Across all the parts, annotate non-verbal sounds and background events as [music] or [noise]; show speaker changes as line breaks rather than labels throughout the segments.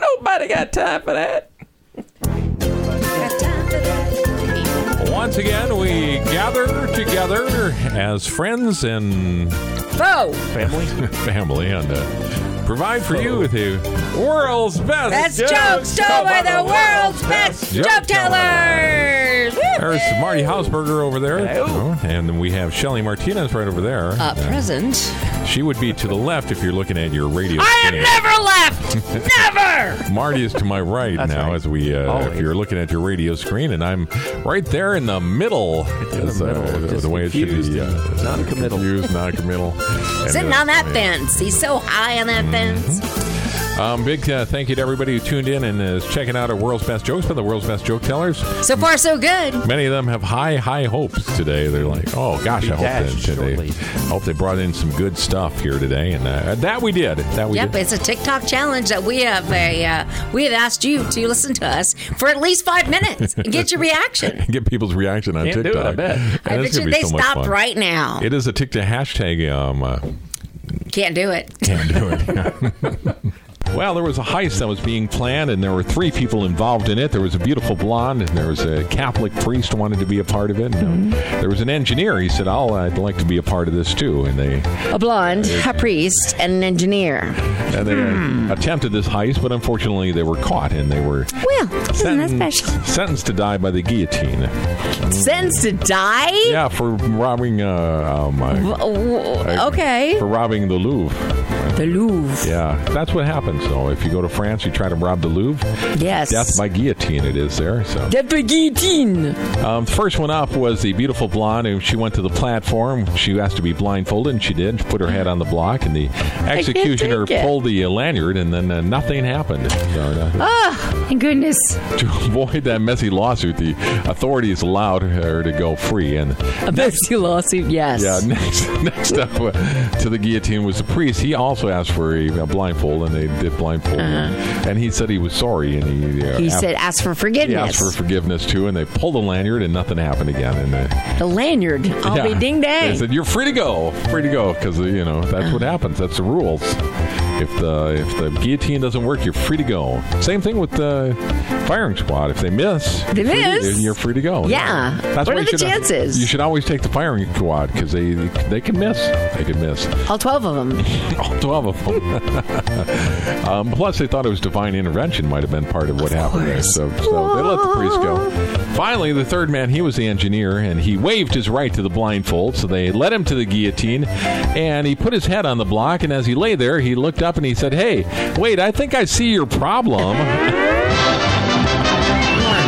Nobody got time for that.
Once again, we gather together as friends and [laughs]
Foe.
Family?
family and uh, provide for you with the world's
That's
best.
Jokes
jokes told by the world's best
joke
joke tellers.
There's Marty Hausberger over there.
Hello.
And we have Shelly Martinez right over there.
Uh, present.
She would be to the left if you're looking at your radio.
I am
screen.
never
[laughs]
left. never.
Marty is to my right
That's
now
right.
as we, uh, if
Always.
you're looking at your radio screen, and I'm right there in the middle. Is, uh,
middle,
the way it should
just
be. uh,
confused, non-committal.
Confused, non-committal. And,
Sitting
uh,
on that fence. He's so high on that fence.
Um, big uh, thank you to everybody who tuned in and is checking out our world's best jokes by the world's best joke tellers.
So far, so good.
Many of them have high, high hopes today. They're like, oh gosh,
Be
I hope
dashed
they, today,
shortly.
hope they brought in some good stuff here today, and uh, that we did. That we
Yep,
did. [laughs]
it's a TikTok challenge that we have a uh, we have asked you to listen to us for at least five minutes and get
[laughs]
your reaction.
Get people's reaction on
Can't do it,
TikTok.
I bet.
And
I bet
it's
you
gonna be
they
so much
stopped
fun.
right now.
It is a TikTok hashtag. Um, uh,
Can't do [laughs] it.
Can't do it. Well, there was a heist that was being planned, and there were three people involved in it. There was a beautiful blonde, and there was a Catholic priest who wanted to be a part of it. And, uh, there was an engineer. He said, "I'll, I'd like to be a part of this too." And they
A blonde, a priest, and an engineer.
and uh, they attempted this heist, but unfortunately, they were caught, and they were
Well, isn't that
sentenced,
Hmm, special?
sentenced to die by the guillotine.
Sentenced to die?
Yeah, for robbing. Uh, um, uh,
Oh, Okay.
For robbing the Louvre.
The Louvre.
Yeah, that's what happens. though. if you go to France, you try to rob the Louvre.
Yes.
Death by guillotine, it is there. So,
Death by [laughs] guillotine.
um, the first one up was the beautiful blonde, and she went to the platform. She asked to be blindfolded, and she did. She put her head on the block, and the executioner
take it.
pulled the uh, lanyard, and then uh, nothing happened. So, uh,
Thank goodness.
to [laughs] avoid that messy lawsuit, the authorities allowed her to go free, and
A messy lawsuit, yes.
Yeah, next, [laughs] next up uh, to the guillotine was the priest. He also asked for a, a blindfold, and they did blindfold him. And he said he was sorry, and he, uh,
Uh-huh. He
af-
said, ask for
he
forgiveness.
asked for forgiveness too. And they pulled the lanyard, and nothing happened again. And uh,
the lanyard. I'll
yeah.
be ding
They
dang.
said you're free to go, free to go, because you know
[sighs]
that's what happens. That's the rules. If the if the guillotine doesn't work, you're free to go. Same thing with the firing squad. If they miss,
They
you're free to-
miss?
you're free to go.
Yeah. What
why
are
you
the
should-
chances?
You should always take the firing squad because they they can miss. They can miss.
All 12 of them.
All 12 of them. [laughs] um, plus, they thought it was divine intervention might have been part of what happened there. So, so they let the priest go. Finally, the third man, he was the engineer, and he waived his right to the blindfold. So they led him to the guillotine, and he put his head on the block. And as he lay there, he looked up and he said, Hey, wait, I think I see your problem. [laughs]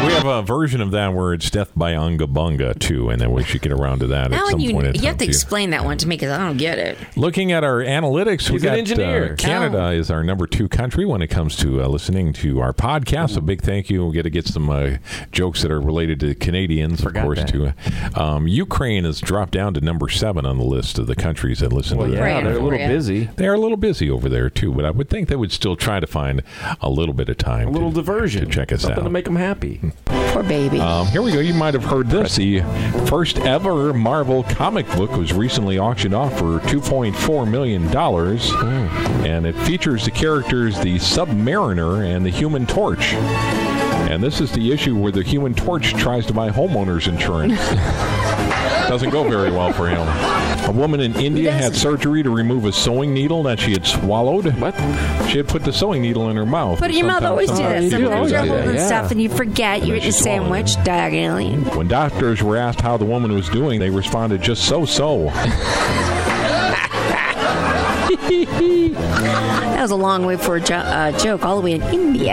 We have a version of that where it's death by unga bunga too, and then we should get around to that at
Now
some
you,
point. in
you
time,
have to
too.
explain that one to me because I don't get it.
Looking at our analytics, we
He's an
got
engineer.
uh, Canada is our number two country when it comes to uh, listening to our podcast. So big thank you. We got to get some uh, jokes that are related to Canadians,
Forgot
of course.
that.
Too. Um, Ukraine has dropped down to number seven on the list of the countries that listen
Well,
to. the-
yeah,
Praying
they're a
for
little
you.
busy.
They are a little busy over there too, but I would think they would still try to find a little bit of time,
A little
to,
diversion.
to check us
Something
out.
to make them happy.
Hmm.
Poor baby.
Um, here we go. You might have heard this. The first ever Marvel comic book was recently auctioned off for $2.4 million. And it features the characters the Submariner and the Human Torch. And this is the issue where the Human Torch tries to buy homeowners insurance. [laughs] Doesn't go very well for him. A woman in India had surgery to remove a sewing needle that she had swallowed.
What?
She had put the sewing needle in her mouth.
But your mouth
Sometimes-
always do that.
you do
Sometimes
always
you're
do that,
holding
yeah.
stuff and you forget you
then
ate a
she swallowed it.
sandwich diagonally.
When doctors were asked how the woman was doing, they responded just so so. [laughs]
That was a long way for a jo- uh, joke, all the way in India.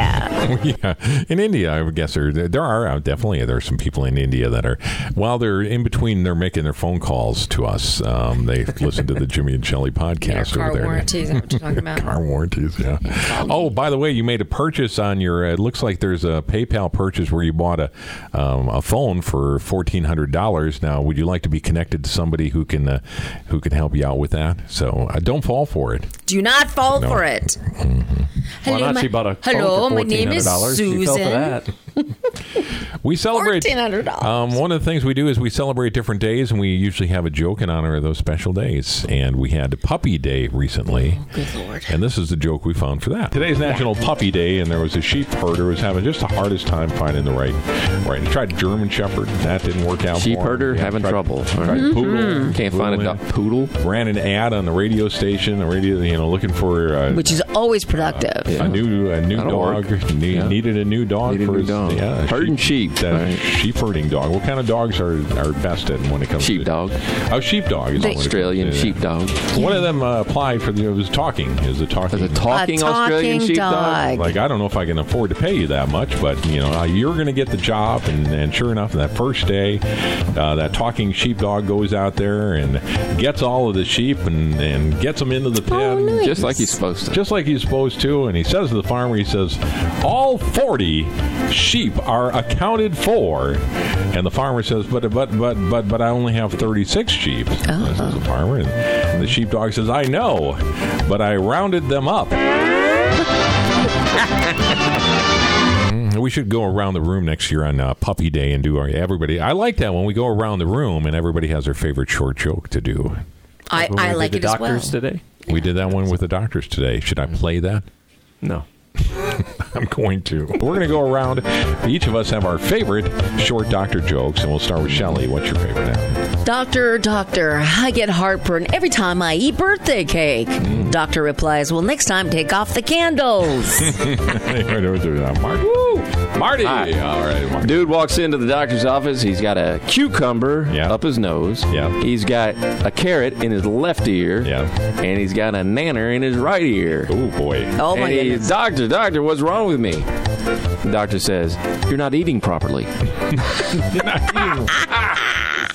yeah. In India, I would guess there, there are uh, definitely there are some people in India that are, while they're in between, they're making their phone calls to us. Um, they listen to the Jimmy
[laughs]
and Shelley podcast
car
over there.
warranty, is that what you're talking about?
Car warranties, yeah. Oh, by the way, you made a purchase on your. It looks like there's a PayPal purchase where you bought a um, a phone for fourteen hundred dollars. Now, would you like to be connected to somebody who can uh, who can help you out with that? So uh, don't fall for it.
Do not fall for it.
Why
Hello,
not?
my-
She bought a phone
hello,
for
my name is
$1,400. She fell for
Susan.
that.
We celebrate.
$1,400.
Um, one of the things we do is we celebrate different days, and we usually have a joke in honor of those special days. And we had Puppy Day recently.
Oh, Good lord.
And this is the joke we found for that. Today's National Puppy Day, and there was a sheep herder who was having just the hardest time finding the right. Right, he tried German Shepherd, that didn't work out.
Sheep
for him.
herder
Yeah,
having
tried-
trouble. All
Tried
Mm-hmm. Hmm.
right.
poodle,
Can't find a
poodle
duck poodle.
in. Ran an ad on the radio station, the radio, you know, looking for uh,
Which is always productive.
a new a new
That'll
dog.
work.
Ne-
Yeah.
Needed a new dog
Need a
for
new
his
dog.
Yeah, a
Herding sheep,
that
right.
Sheep herding dog. What kind of dogs are are best at when it comes
Sheepdog.
to Oh, sheepdog is
They-
what it-
Australian
yeah.
sheepdog.
One of them uh, applied for the it was talking. Is a talking.
As a talking,
a
Australian
talking
sheepdog.
dog.
like I don't know if I can afford to pay you that much, but you know uh, you're going to get the job. And, and sure enough, that first day, uh, that talking sheepdog goes out there and gets all of the sheep and, and gets them into the pen,
nice.
Just like he's supposed to.
just like he's supposed to. And he says to the farmer, he says, "All forty sheep are accounted for." And the farmer says, "But but but but but I only have thirty-six sheep." This is the farmer, and the sheepdog says, "I know, but I rounded them up." Mm, We should go around the room next year on uh, Puppy Day and do our everybody. I like that when we go around the room and everybody has their favorite short joke to do.
I,
When we
I
did
like
the
it as well.
doctors today?
We did that one with the doctors today. Should I play that?
No.
[laughs] I'm going to. We're going to go around. Each of us have our favorite short doctor jokes, and we'll start with Shelley. What's your favorite [laughs] now?
Doctor, doctor, I get heartburn every time I eat birthday cake. Doctor replies, Well, next time take off the candles.
Marty. Woo! Marty.
Hi.
All right, [laughs] Marty.
Dude walks into the doctor's office. He's got a cucumber
Yeah.
up his nose.
Yeah.
He's got a carrot in his left ear.
Yeah.
And he's got a nanner in his right ear.
Oh, boy. [laughs]
oh my
and he,
goodness.
Doctor, doctor, what's wrong with me? The doctor says, You're not eating properly.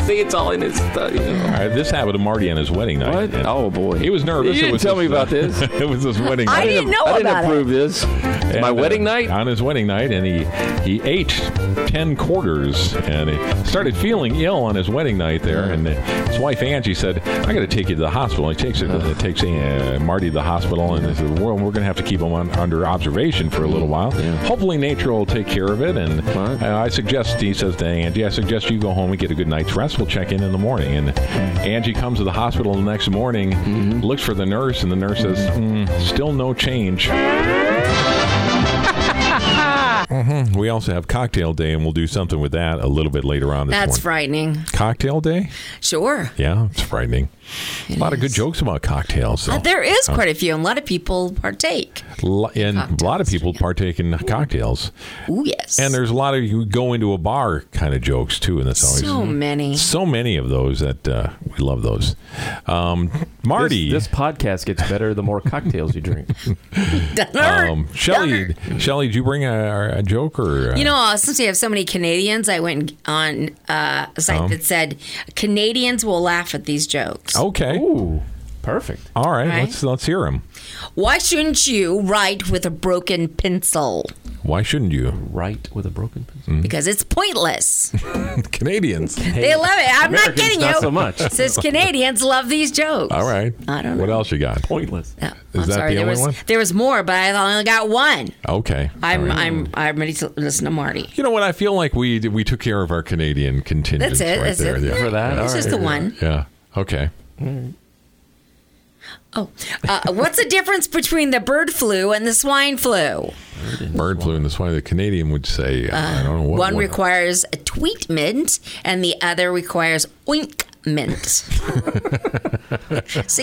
See, it's all in his study.
All right, this happened to Marty on his wedding night.
What?
And
Oh, boy.
He was nervous. It
You didn't
was
tell me
his, uh, [laughs]
about this.
it was his wedding
I
night.
didn't know
I didn't
about it.
approve this.
And,
My
uh,
wedding night?
On his wedding night, and he he ate ten quarters, and he started feeling ill on his wedding night there. And uh, his wife Angie said, "I got to take you to the hospital." He takes it, uh, takes uh, Marty to the hospital, and they said, "Well, we're going to have to keep him on, under observation for a little while.
Mm-hmm. Yeah.
Hopefully, nature will take care of it." And
Right.
uh, I suggest he says to Angie, "I suggest you go home and get a good night's rest. We'll check in in the morning." And Angie comes to the hospital the next morning,
Mm-hmm.
looks for the nurse, and the nurse says, "Mm, "Still no change." We also have cocktail day, and we'll do something with that a little bit later on this
That's
morning.
frightening.
Cocktail day?
Sure.
Yeah, it's frightening. a lot of good jokes about cocktails. Though.
Uh, There is quite a few, and a lot of people partake.
Lo- and a lot of people partake in cocktails.
Ooh, yes.
And there's a lot of you go into a bar kind of jokes too, and that's always
so many. [laughs]
so many of those that uh, we love those. Um, Marty,
This, this podcast gets better the more cocktails
[laughs]
you drink.
Doesn't hurt.
um,
Doesn't
Shelly,
hurt.
Shelly, did you bring a, a joke or? uh,
You know, uh, since we have so many Canadians, I went on uh, a site that said Canadians will laugh at these jokes.
okay,
Ooh, perfect.
all right,
Right.
let's let's hear him.
Why shouldn't you write with a broken pencil?
Why shouldn't you?
Right with a broken pencil.
Because it's
[laughs]
pointless.
Canadians.
They love it. I'm not
Americans,
kidding
not
you.
so much.
It [laughs] Says Canadians love these jokes.
All right.
I don't
What
know.
else you got?
Pointless.
Yeah.
Is
I'm
that
sorry.
the
there
only
was
one?
there was more, but I only got one.
Okay.
I'm
All right.
I'm I'm ready to listen to Marty.
You know what? I feel like we we took care of our Canadian contingent.
That's it.
Right
that's
there.
it.
Yeah.
For that,
It's
all
just
right.
the one.
Yeah. Okay.
Oh, uh, what's the difference between the bird flu and the swine flu?
Bird flu, and that's why the Canadian would say, I don't know what.
Uh, One
what-
requires a tweetment, and the other requires
[laughs]
ointment. See,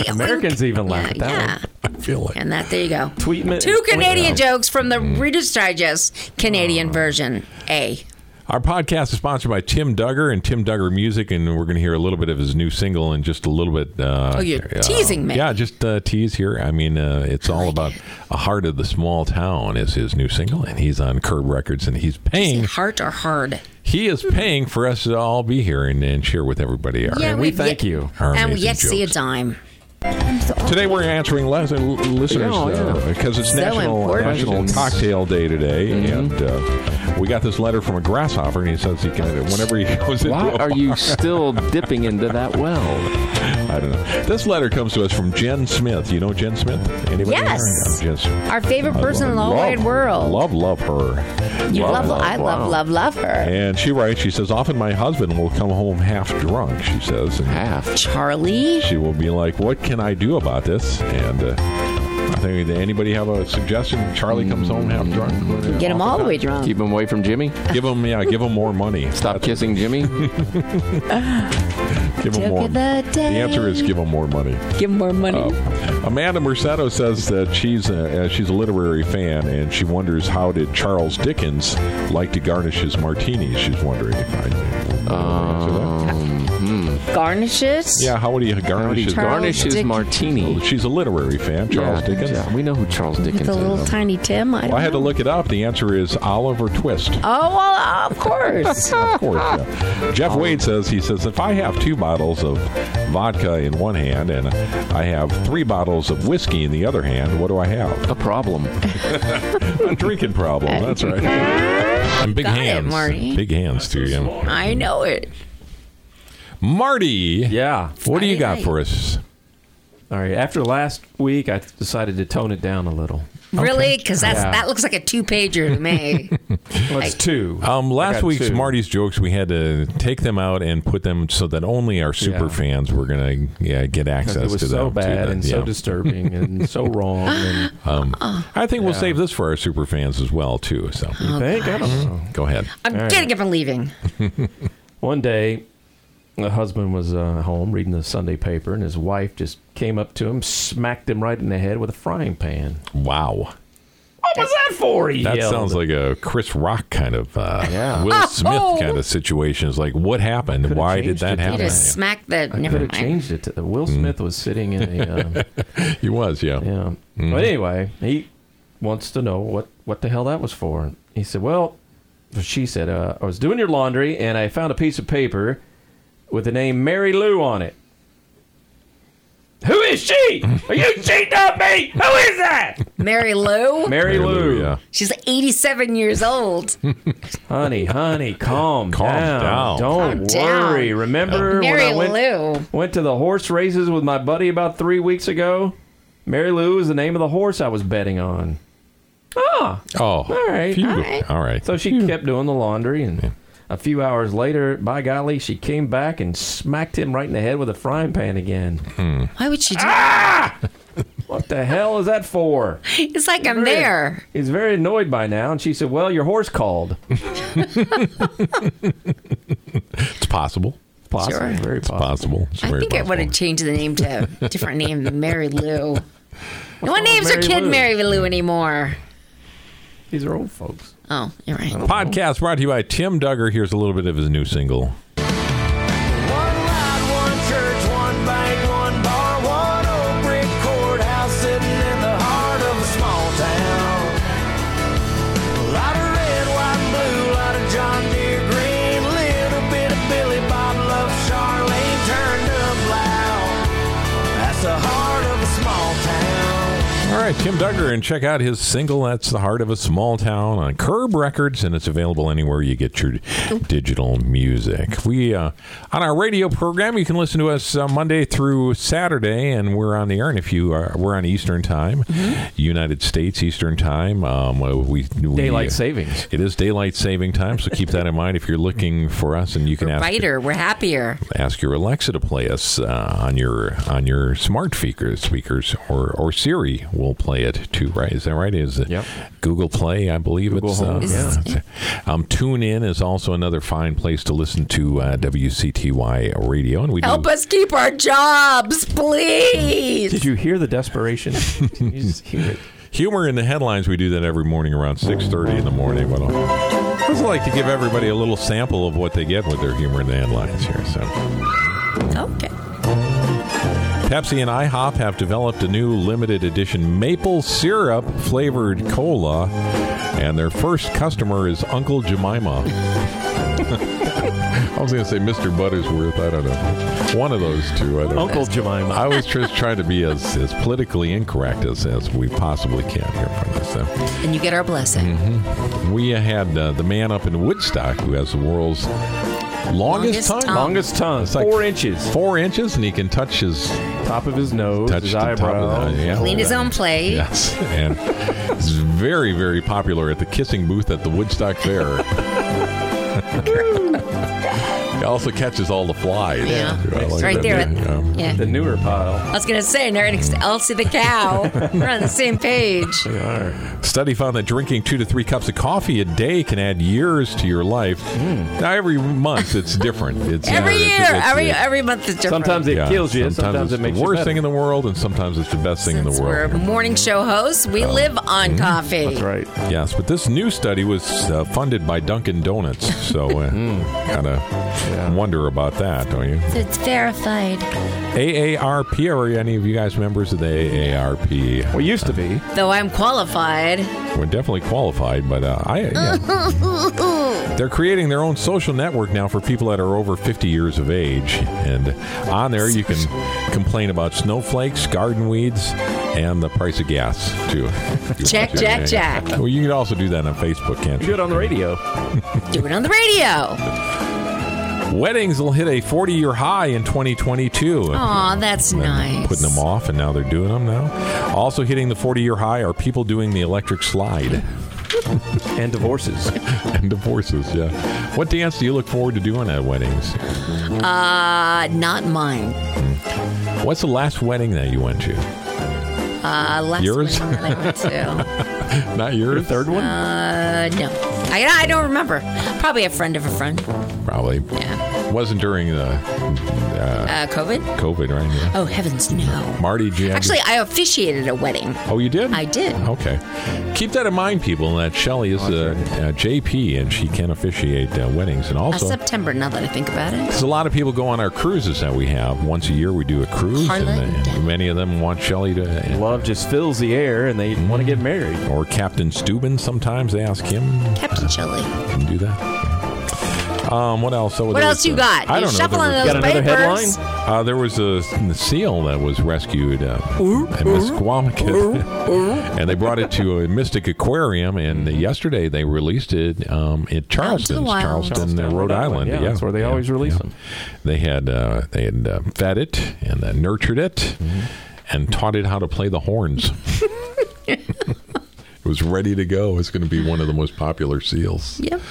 Americans
oink.
even laugh at
yeah,
that
yeah.
one.
I feel like.
and that there you go.
Tweetment.
Two Canadian
Tweetment.
jokes from the Reader's Digest Canadian version. A.
Our podcast is sponsored by Tim Duggar and Tim Duggar Music, and we're going to hear a little bit of his new single and just a little bit. Uh,
Oh, you're teasing me.
Yeah, just uh, tease here. I mean, uh, it's all about a heart of the small town is his new single, and he's on Curb Records, and he's paying
Heart or hard?
He is paying for us to all be here and, and share with everybody. Our,
Yeah,
We
We've
thank
yet-
you.
our
and we
amazing
yet see a
jokes.
dime.
So
Today we're answering les- l- listeners
Yeah, yeah.
because it's
So
National uh,
important. Mm-hmm.
National
Questions.
Cocktail Day today, and uh, we got this letter from a grasshopper, and he says he can whenever he [laughs] goes into
Why
a
are you
bar-
still dipping into that well?
I don't know. This letter comes to us from Jen Smith. You know Jen Smith? Anybody?
Yes.
There? Yeah, Jen Smith.
Our favorite
I
person in the
love-
whole wide world.
Love, love her.
you love,
love,
I love,
wow.
love, love her.
And she writes, she says, often my husband will come home half drunk, she says. And
Half.
Charlie.
she will be like, what can I do about this? And uh, I think, did anybody have a suggestion? Charlie comes home half drunk.
Get him all the way drunk.
Keep him away from Jimmy.
Give him, yeah, give him more money.
Stop
[laughs]
kissing Jimmy.
Give him
Joke
more.
of the day.
answer is give him more money.
Give him more money.
Amanda Mercado says that she's a, uh, she's a literary fan and she wonders how did Charles Dickens like to garnish his martinis. She's wondering if I answer that.
Garnishes.
yeah, how would he
How
garnish
he
his
Charles
garnishes
Dickens.
martini.
She's a literary fan, Charles
Yeah,
Dickens.
yeah, we know who Charles Dickens
The little
is.
tiny Tim. I,
Well, I had to
don't know.
look it up. The answer is Oliver Twist.
Oh well, of
[laughs]
course.
Of course. yeah. Jeff Wade says he says if I have two bottles of vodka in one hand and I have three bottles of whiskey in the other hand, what do I
[laughs]
have?
a problem.
A drinking
Uh,
problem.
[laughs]
That's right. And big
Got it,
hands.
Marty.
Big hands to you.
I know it.
Marty.
Yeah.
What do you
Friday
got
night.
for us?
All right. After last week, I decided to tone it down a little.
Really? Because that's
Yeah.
that looks like a two pager to me.
Well, it's two.
Um,
I
last
got
week's
two.
Marty's jokes, we had to take them out and put them so that only our super
Yeah.
fans were gonna yeah, get access
It was
to
so
them. to
bad
the-
and so
yeah.
disturbing
[laughs]
and so wrong. And
Um, I think we'll save this for our super fans as well too. So
you think? I don't know.
go ahead.
I'm getting up and leaving.
One day, the husband was uh, home reading the Sunday paper, and his wife just came up to him, smacked him right in the head with a frying pan.
Wow.
What was that for? He
That
yelled.
sounds like a Chris Rock kind of uh,
Yeah. [laughs]
Will Smith kind of situation. It's like, what happened? Why did
changed
that
it.
You
Could've
happen?
just smack the. never
Could have
mind.
changed it to the
Mm.
Will Smith was sitting in
[laughs]
a. Um,
[laughs] He was, yeah.
Yeah.
Mm-hmm.
But anyway, he wants to know what, what the hell that was for. And He said, Well, she said, uh, I was doing your laundry and I found a piece of paper with the name Mary Lou on it. Who is she? Are
[laughs]
you cheating on me? Who is that?
Mary
[laughs]
Lou.
Mary, Lou.
Yeah.
She's 87 years old.
Honey,
[laughs]
honey, calm,
Calm down.
Don't
Calm down.
worry. Remember when
Mary
I went,
Lou.
went to the horse races with my buddy about three weeks ago? Mary Lou is the name of the horse I was betting on. Ah,
Oh,
All right.
phew.
All
right.
All right.
So she kept doing the laundry, and a few hours later, by golly, she came back and smacked him right in the head with a frying pan
[laughs]
again.
Why would she do
Ah! what the hell is that for?
It's like I'm there.
He's very annoyed by now, and she said, "Well, your horse called."
it's possible.
Possible,
Sure.
very
It's
possible.
possible. It's
I
very
think I would
possible.
have changed the name to a different name
[laughs]
than Mary Lou. No one names her
Mary
kid
Lou?
Mary Lou anymore.
These are old folks.
Oh, you're right.
Podcast brought to you by Tim Duggar. Here's a little bit of his new single.
One loud, one church, one bank, one bar, one old brick courthouse sitting in the heart of a small town. A lot of red, white, and blue, a lot of John Deere green, little bit of Billy Bob Love, Charlene turned up loud. That's the heart of a small town.
All right, Tim Duggar, and check out his single, That's the Heart of a Small Town, on Curb Records, and it's available anywhere you get your digital music. We, uh, on our radio program, you can listen to us uh, Monday through Saturday, and we're on the air, and if you are, we're on Eastern Time, United States Eastern Time. Um, uh, we, we,
Daylight savings.
It is daylight saving time, so keep that in mind if you're looking for us, and you can ask
Brighter. We're happier.
Mm.
ask your Alexa to play us uh, on your on your smart speakers, speakers, or or Siri will play it too. Right? Is that right? Is it
Yep.
Google Play? I believe
Google
it's.
Home,
Uh, yeah. um, Tune in is also another fine place to listen to uh, WCTY radio, and we
Help
do.
us keep our jobs, please.
Did you hear the
[laughs]
desperation? Can you just hear it?
Humor in the headlines. We do that every morning around six thirty in the morning. What else? I just like to give everybody a little sample of what they get with their humor in the headlines here. So.
Okay.
Pepsi and IHOP have developed a new limited edition maple syrup flavored cola, and their first customer is Uncle Jemima. [laughs] I was going to say Mr. Buttersworth. I don't know. One of those two. I don't know.
Uncle Jemima.
I was just trying to be as, as politically incorrect as, as we possibly can here from this. So
And you get our blessing.
Mm-hmm.
we had uh, the man up in Woodstock who has the world's longest,
Longest
tongue.
tongue.
Longest tongue,
It's like
four inches,
Four inches, and he can touch his
top of his nose,
touch
his
the top
eyebrow.
of the, yeah.
Clean his own plate.
Yes, and it's very, very popular at the kissing booth at the Woodstock Fair. [laughs] It also catches all the flies.
Yeah.
I like
right
that.
there. at-
Yeah.
yeah.
The newer
I
pile.
was going to say, Nerd Elsie
[laughs]
the cow. We're on the same page.
Study found that drinking two to three cups of coffee a day can add years to your life. Now every month it's different. It's
Hmm. Every
you know,
year,
it's- it's-
every
it's-
every month is different.
Sometimes it
yeah,
kills you. Sometimes, it
it's
makes
the worst
you
thing
better.
in the world, and sometimes it's the best thing in the
Since
world. Mm-hmm.
We're morning show hosts. We live on coffee.
Right.
Yes, but this new study was uh, funded by Dunkin' Donuts, so uh, kind of wonder about that, don't you?
So it's verified.
AARP, are any of you guys members of the AARP?
Well, used to be.
Though I'm [laughs] qualified.
We're definitely qualified, but uh, I. yeah. They're creating their own social network now for people that are over 50 years of age. And on there, you can complain about snowflakes, garden weeds, and the price of gas, too.
[laughs] Check, check, check.
Well, you can also do that on Facebook, can't
Do
you?
it on the radio.
Do it on the radio.
Weddings will hit a 40 year high in 2022.
Aw, that's Oh, nice.
Putting them off, and now they're doing them now. Also hitting the 40 year high are people doing the electric slide [laughs]
And divorces.
and divorces. Yeah. What dance do you look forward to doing at weddings?
Uh, not mine.
What's the last wedding that you went to?
Uh, last
Yours?
one that I went
[laughs]
to.
Not yours?
Third one?
Uh, no. I, I don't remember. Probably a friend of a friend.
Probably.
Yeah.
Wasn't during the uh,
Uh, COVID?
COVID, right? Yeah.
Oh, heavens, no.
Marty, did you have-
Actually, I officiated a wedding.
Oh, you did?
I did.
Okay. Keep that in mind, people, that Shelly is uh, a, a JP and she can officiate uh, weddings. And
Last
also,
September, now that I think about it.
Because a lot of people go on our cruises that we have. Once a year, we do a cruise, and, uh,
Harlan.
and many of them want Shelly to, uh,
Love just fills the air and they want to get married.
or Captain Steuben. Sometimes they ask him
Captain Shelley.
to do that. Um, what else? So
What
there
else
was
you
a-
got?
I
You
don't know.
shuffling
There
those
Got
was,
another
papers.
headline?
uh, there was a s- seal that was rescued uh, in Mesquamacut, [laughs] and they brought it to a Mystic Aquarium. And yesterday they released it um, in Charleston,
wild.
Charleston, uh, Rhode Island.
Yeah, that's where they always release
yeah.
them.
They had uh, they had uh, fed it and then nurtured it
Mm-hmm.
and taught it how to play
[laughs]
the horns. it was ready to go. It's going to be one of the most popular seals.
Yep.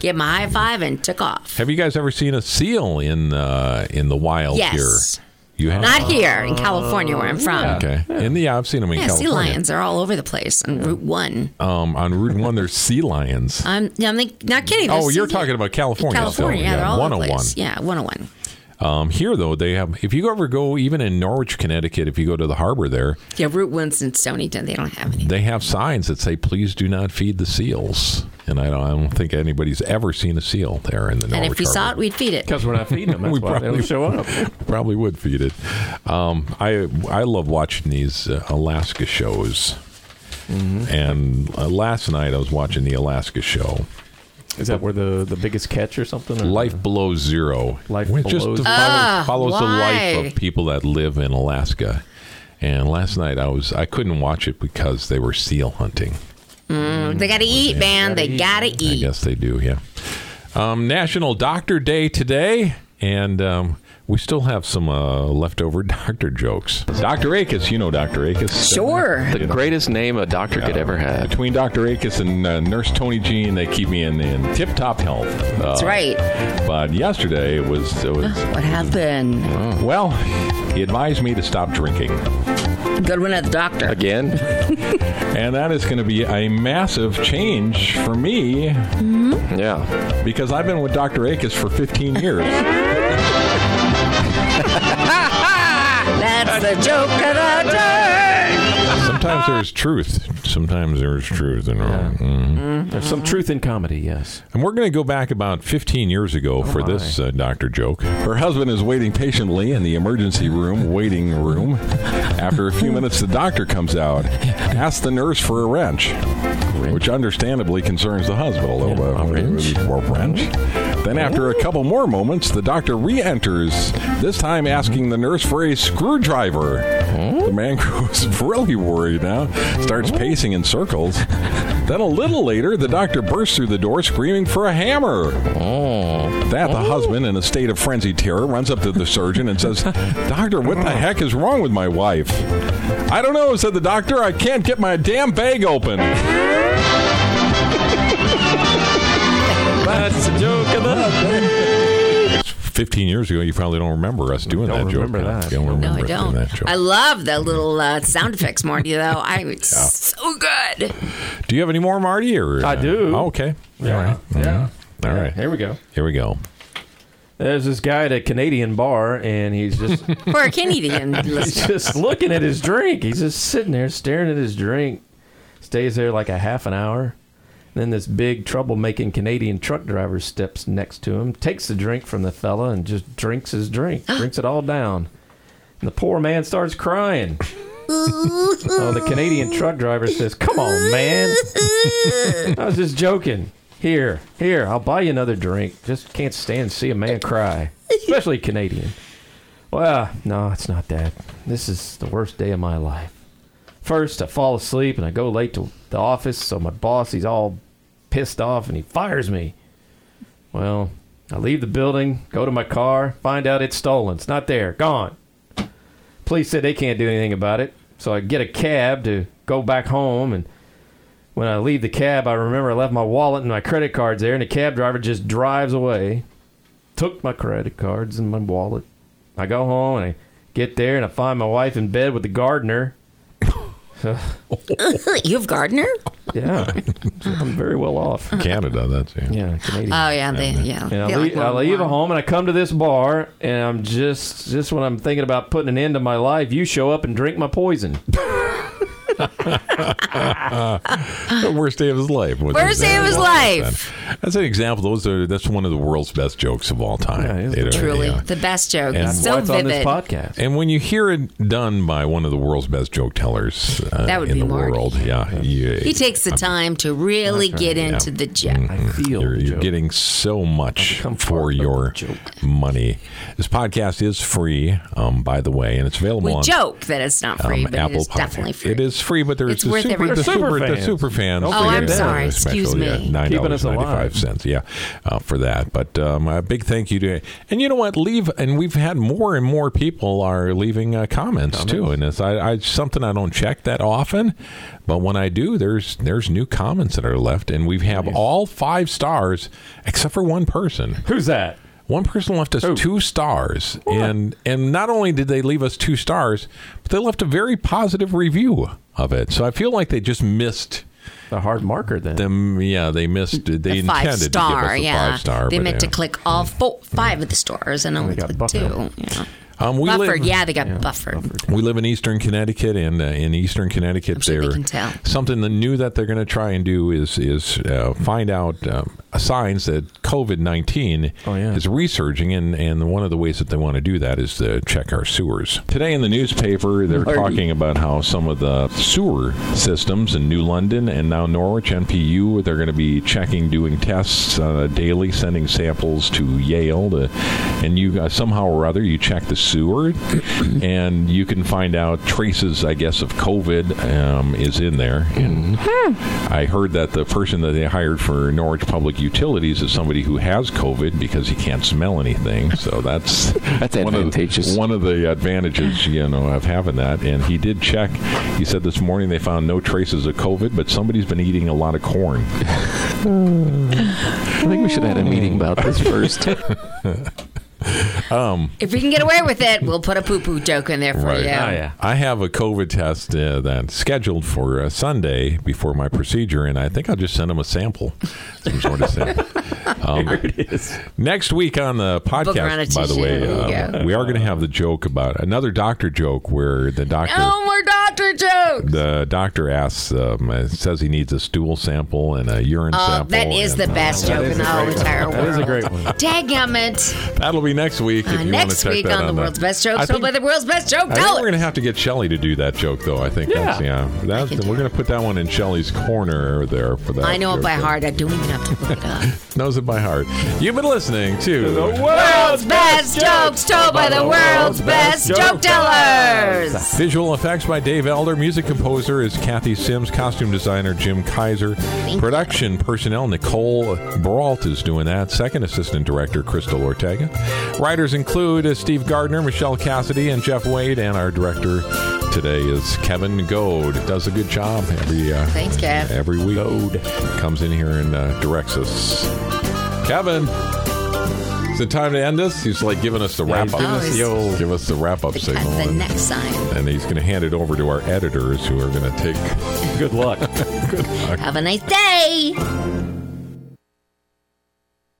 Gave him a high five and took off.
Have you guys ever seen a seal in uh, in the wild
Yes.
here? You have
Not here in California, where I'm from.
Okay. In the yeah, I've seen them in
Yeah, sea
California.
lions are all over the place on Route One.
Um, on Route One,
[laughs]
there's sea lions.
I'm, I'm like, not kidding.
Oh,
there's
you're
sea-
talking about California.
California,
so,
yeah, they're all over the
101.
place. Yeah, 101.
Um, here though, they have. If you ever go, even in Norwich, Connecticut, if you go to the harbor there,
Yeah, Route One's in Stonington. They don't have any.
they have signs that say please do not feed the seals and i don't, I don't think anybody's ever seen a seal there in the
And
Norwich
if we saw it, we'd feed it.
Because we're not feeding them. That's
[laughs] We
why
probably-
they don't show up.
it probably would feed it um, I, I love watching these uh, alaska shows
Mm-hmm.
and uh, last night i was watching the alaska show
Is that where the, the biggest catch or something? Or-
Life below zero.
Life
which
below
just
zero.
follows, follows the life
Ah, why?
of people that live in Alaska. And last night I was I couldn't watch it because they were seal hunting.
They got to eat, man. They got to
I
eat.
guess they do, yeah. Um, National Doctor Day today, and um, we still have some uh, leftover [laughs] doctor jokes. Dr. Akis, you know Dr. Akis.
Sure.
The greatest name a doctor could ever have.
Between Dr. Akis and uh, Nurse Tony Jean, they keep me in, in tip top health. Uh,
That's right.
But yesterday it was, it was
What happened?
well, he advised me to stop drinking.
Good one at the doctor.
Again?
And that is going to be a massive change for me
Yeah.
because I've been with Dr. Akis for 15 years.
That's the joke of the day.
Sometimes there's truth. Sometimes there's truth. And,
There's some truth in comedy, yes.
and we're going to go back about 15 years ago for this uh, doctor joke. Her husband is waiting patiently in the emergency room, waiting room. After a few minutes, the doctor comes out, asks the nurse for a uh, wrench, which understandably concerns the husband a little bit.
a wrench?
Or wrench. Then, after a couple more moments, the doctor re enters, this time asking the nurse for a screwdriver. The man [laughs] grows really worried now, starts pacing in circles. Then, a little later, the doctor bursts through the door screaming for a hammer. That the husband, in a state of frenzied terror, runs up to the surgeon and says, Doctor, what the heck is wrong with my wife? I don't know, said the doctor. I can't get my damn bag open.
That's the joke of the.
15 years ago, you probably don't remember us doing
Don't
that joke.
remember
huh?
that.
You don't
No,
remember
I
us doing
don't.
that joke.
I love that little uh, sound effects, Marty, though. I it's so good.
Do you have any more, Marty? Or
I do.
Oh, okay. All right.
Yeah.
Mm-hmm. All right.
Here we go.
Here we go.
There's this guy at a Canadian bar, and he's
[laughs]
just
For a Canadian [laughs]
[laughs]
listener.
he's just looking at his drink. He's just sitting there staring at his drink. Stays there like a half an hour. Then this big troublemaking Canadian truck driver steps next to him, takes the drink from the fella, and just drinks his drink, drinks it all down. And the poor man starts crying. oh, the Canadian truck driver says, "Come on, man! I was just joking. Here, here, I'll buy you another drink. Just can't stand to see a man cry, especially Canadian." Well, no, it's not that. This is the worst day of my life. First, I fall asleep and I go late to the office, so my boss, he's all pissed off and he fires me. Well, I leave the building, go to my car, find out it's stolen. It's not there, gone. Police said they can't do anything about it, so I get a cab to go back home. And when I leave the cab, I remember I left my wallet and my credit cards there, and the cab driver just drives away, took my credit cards and my wallet. I go home and I get there and I find my wife in bed with the gardener.
you have Gardner?
Yeah, I'm very well off.
Canada, that's it.
Yeah, Canadian.
Oh yeah, they yeah.
and I
They like
leave, I
warm
leave
wine.
home and I come to this bar and I'm just just when I'm thinking about putting an end to my life, you show up and drink my poison.
The worst day of his life. was
Worst
his
day of his
well,
life.
That's an example. Those are. That's one of the world's best jokes of all time.
Yeah, it is.
They don't-
Truly,
yeah.
the best joke.
And
It's so
What's on this
vivid.
podcast?
And when you hear it done by one of the world's best joke tellers uh,
That would
in
be
the
Marty.
world, yeah, you,
He takes the time to really get into the joke.
Mm.
I feel
Mm-hmm. You're,
the
you're
joke.
getting so much
become
for
part of
your
the joke.
money. This podcast is free, um, by the way, and it's available
We
on
joke that it's not free,
um,
but
Apple
it is
Podcast.
definitely free.
It is free, but there
It's
is the
worth
super, the
everything.
super, the
Superfans.
super fans.
Oh,
they
I'm
get
sorry.
a
Excuse
special,
me.
Yeah, Nine
Keeping
dollars
us alive.
ninety five cents. Yeah, uh, for that. But um, a big thank you to and you know what? Leave and we've had more and more people are leaving uh, comments, too. And it's I, I something I don't check that often, but when I do, there's there's new comments that are left, and we have all five stars except for one person.
Who's that?
One person left us two stars, and and not only did they leave us two stars, but they left a very positive review of it. So I feel like they just missed
The hard marker then.
them. Yeah, they missed. They
The
intended
five
to give
star,
us a
yeah.
five star.
they
but,
meant to
yeah. Mm.
click all four, five of the stars and only
got
click
buffered.
two. Yeah.
Um, we
Buffered,
live,
yeah, they got buffered.
We live in Eastern Connecticut, and uh, in Eastern Connecticut,
I'm sure they
they're-
can tell.
something that new that they're going to try and do is is uh, find out um, signs that COVID nineteen
Oh, yeah.
is resurging, and and one of the ways that they want to do that is to check our sewers. Today in the newspaper, they're talking about how some of the sewer systems in New London and now Norwich NPU they're going to be checking, doing tests uh, daily, sending samples to Yale, to, and you uh, somehow or other you check the sewer, and you can find out traces, I guess, of COVID um, is in there. And I heard that the person that they hired for Norwich Public Utilities is somebody who has COVID because he can't smell anything.
[laughs]
So that's
That's
one Of,
advantageous.
the- one of the advantages, you know, of having that. And he did check. He said this morning they found no traces of COVID, but somebody's been eating a lot of corn.
I think we should have had a meeting about this first.
If we can get away with it, we'll put a poo poo joke in there for
Right.
you.
Oh, yeah.
I have a COVID test uh, that's scheduled for uh, Sunday before my procedure, and I think I'll just send them a sample, [laughs] some sort of sample. Um,
It is.
Next week on the
around a
podcast, by the
tissue.
way, um,
There you
uh, we are going to have the joke about another doctor joke where the doctor.
No more doctor jokes.
the doctor asks, um, uh, says he needs a stool sample and a urine
Oh,
sample.
that is the
and, uh,
best joke in the whole entire world.
That is a great one.
Dadgummit.
That'll be next week.
Uh,
if you want to
next
check
week
that
on the world's best joke,
I
sold
think,
by the world's best joke
I think we're
dollar.
going to have to get Shelly to do that joke, though. I think that's yeah. That's
can do
we're going to put that one in Shelly's corner there for that.
I know
joke
it by
there.
heart. I don't even have to look it up.
Knows it by heart. You've been listening to
The world's
best jokes told by the world's best joke tellers.
Visual effects by Dave Elder. Music composer is Kathy Sims. Costume designer Jim Kaiser. Production personnel Nicole Brault is doing that. Second assistant director Crystal Ortega. Writers include uh, Steve Gardner, Michelle Cassidy, and Jeff Wade. And our director today is Kevin Goad. Does a good job every uh,
Thanks, Kev.
every week. comes in here and uh, directs us. Kevin. Is it time to end this? He's like giving us the wrap
he's
up.
giving
us the old-
give us the wrap up
The,
signal.
the
and-
next sign.
and he's going to hand it over to our editors who are going to take
Good luck.
Have a nice day.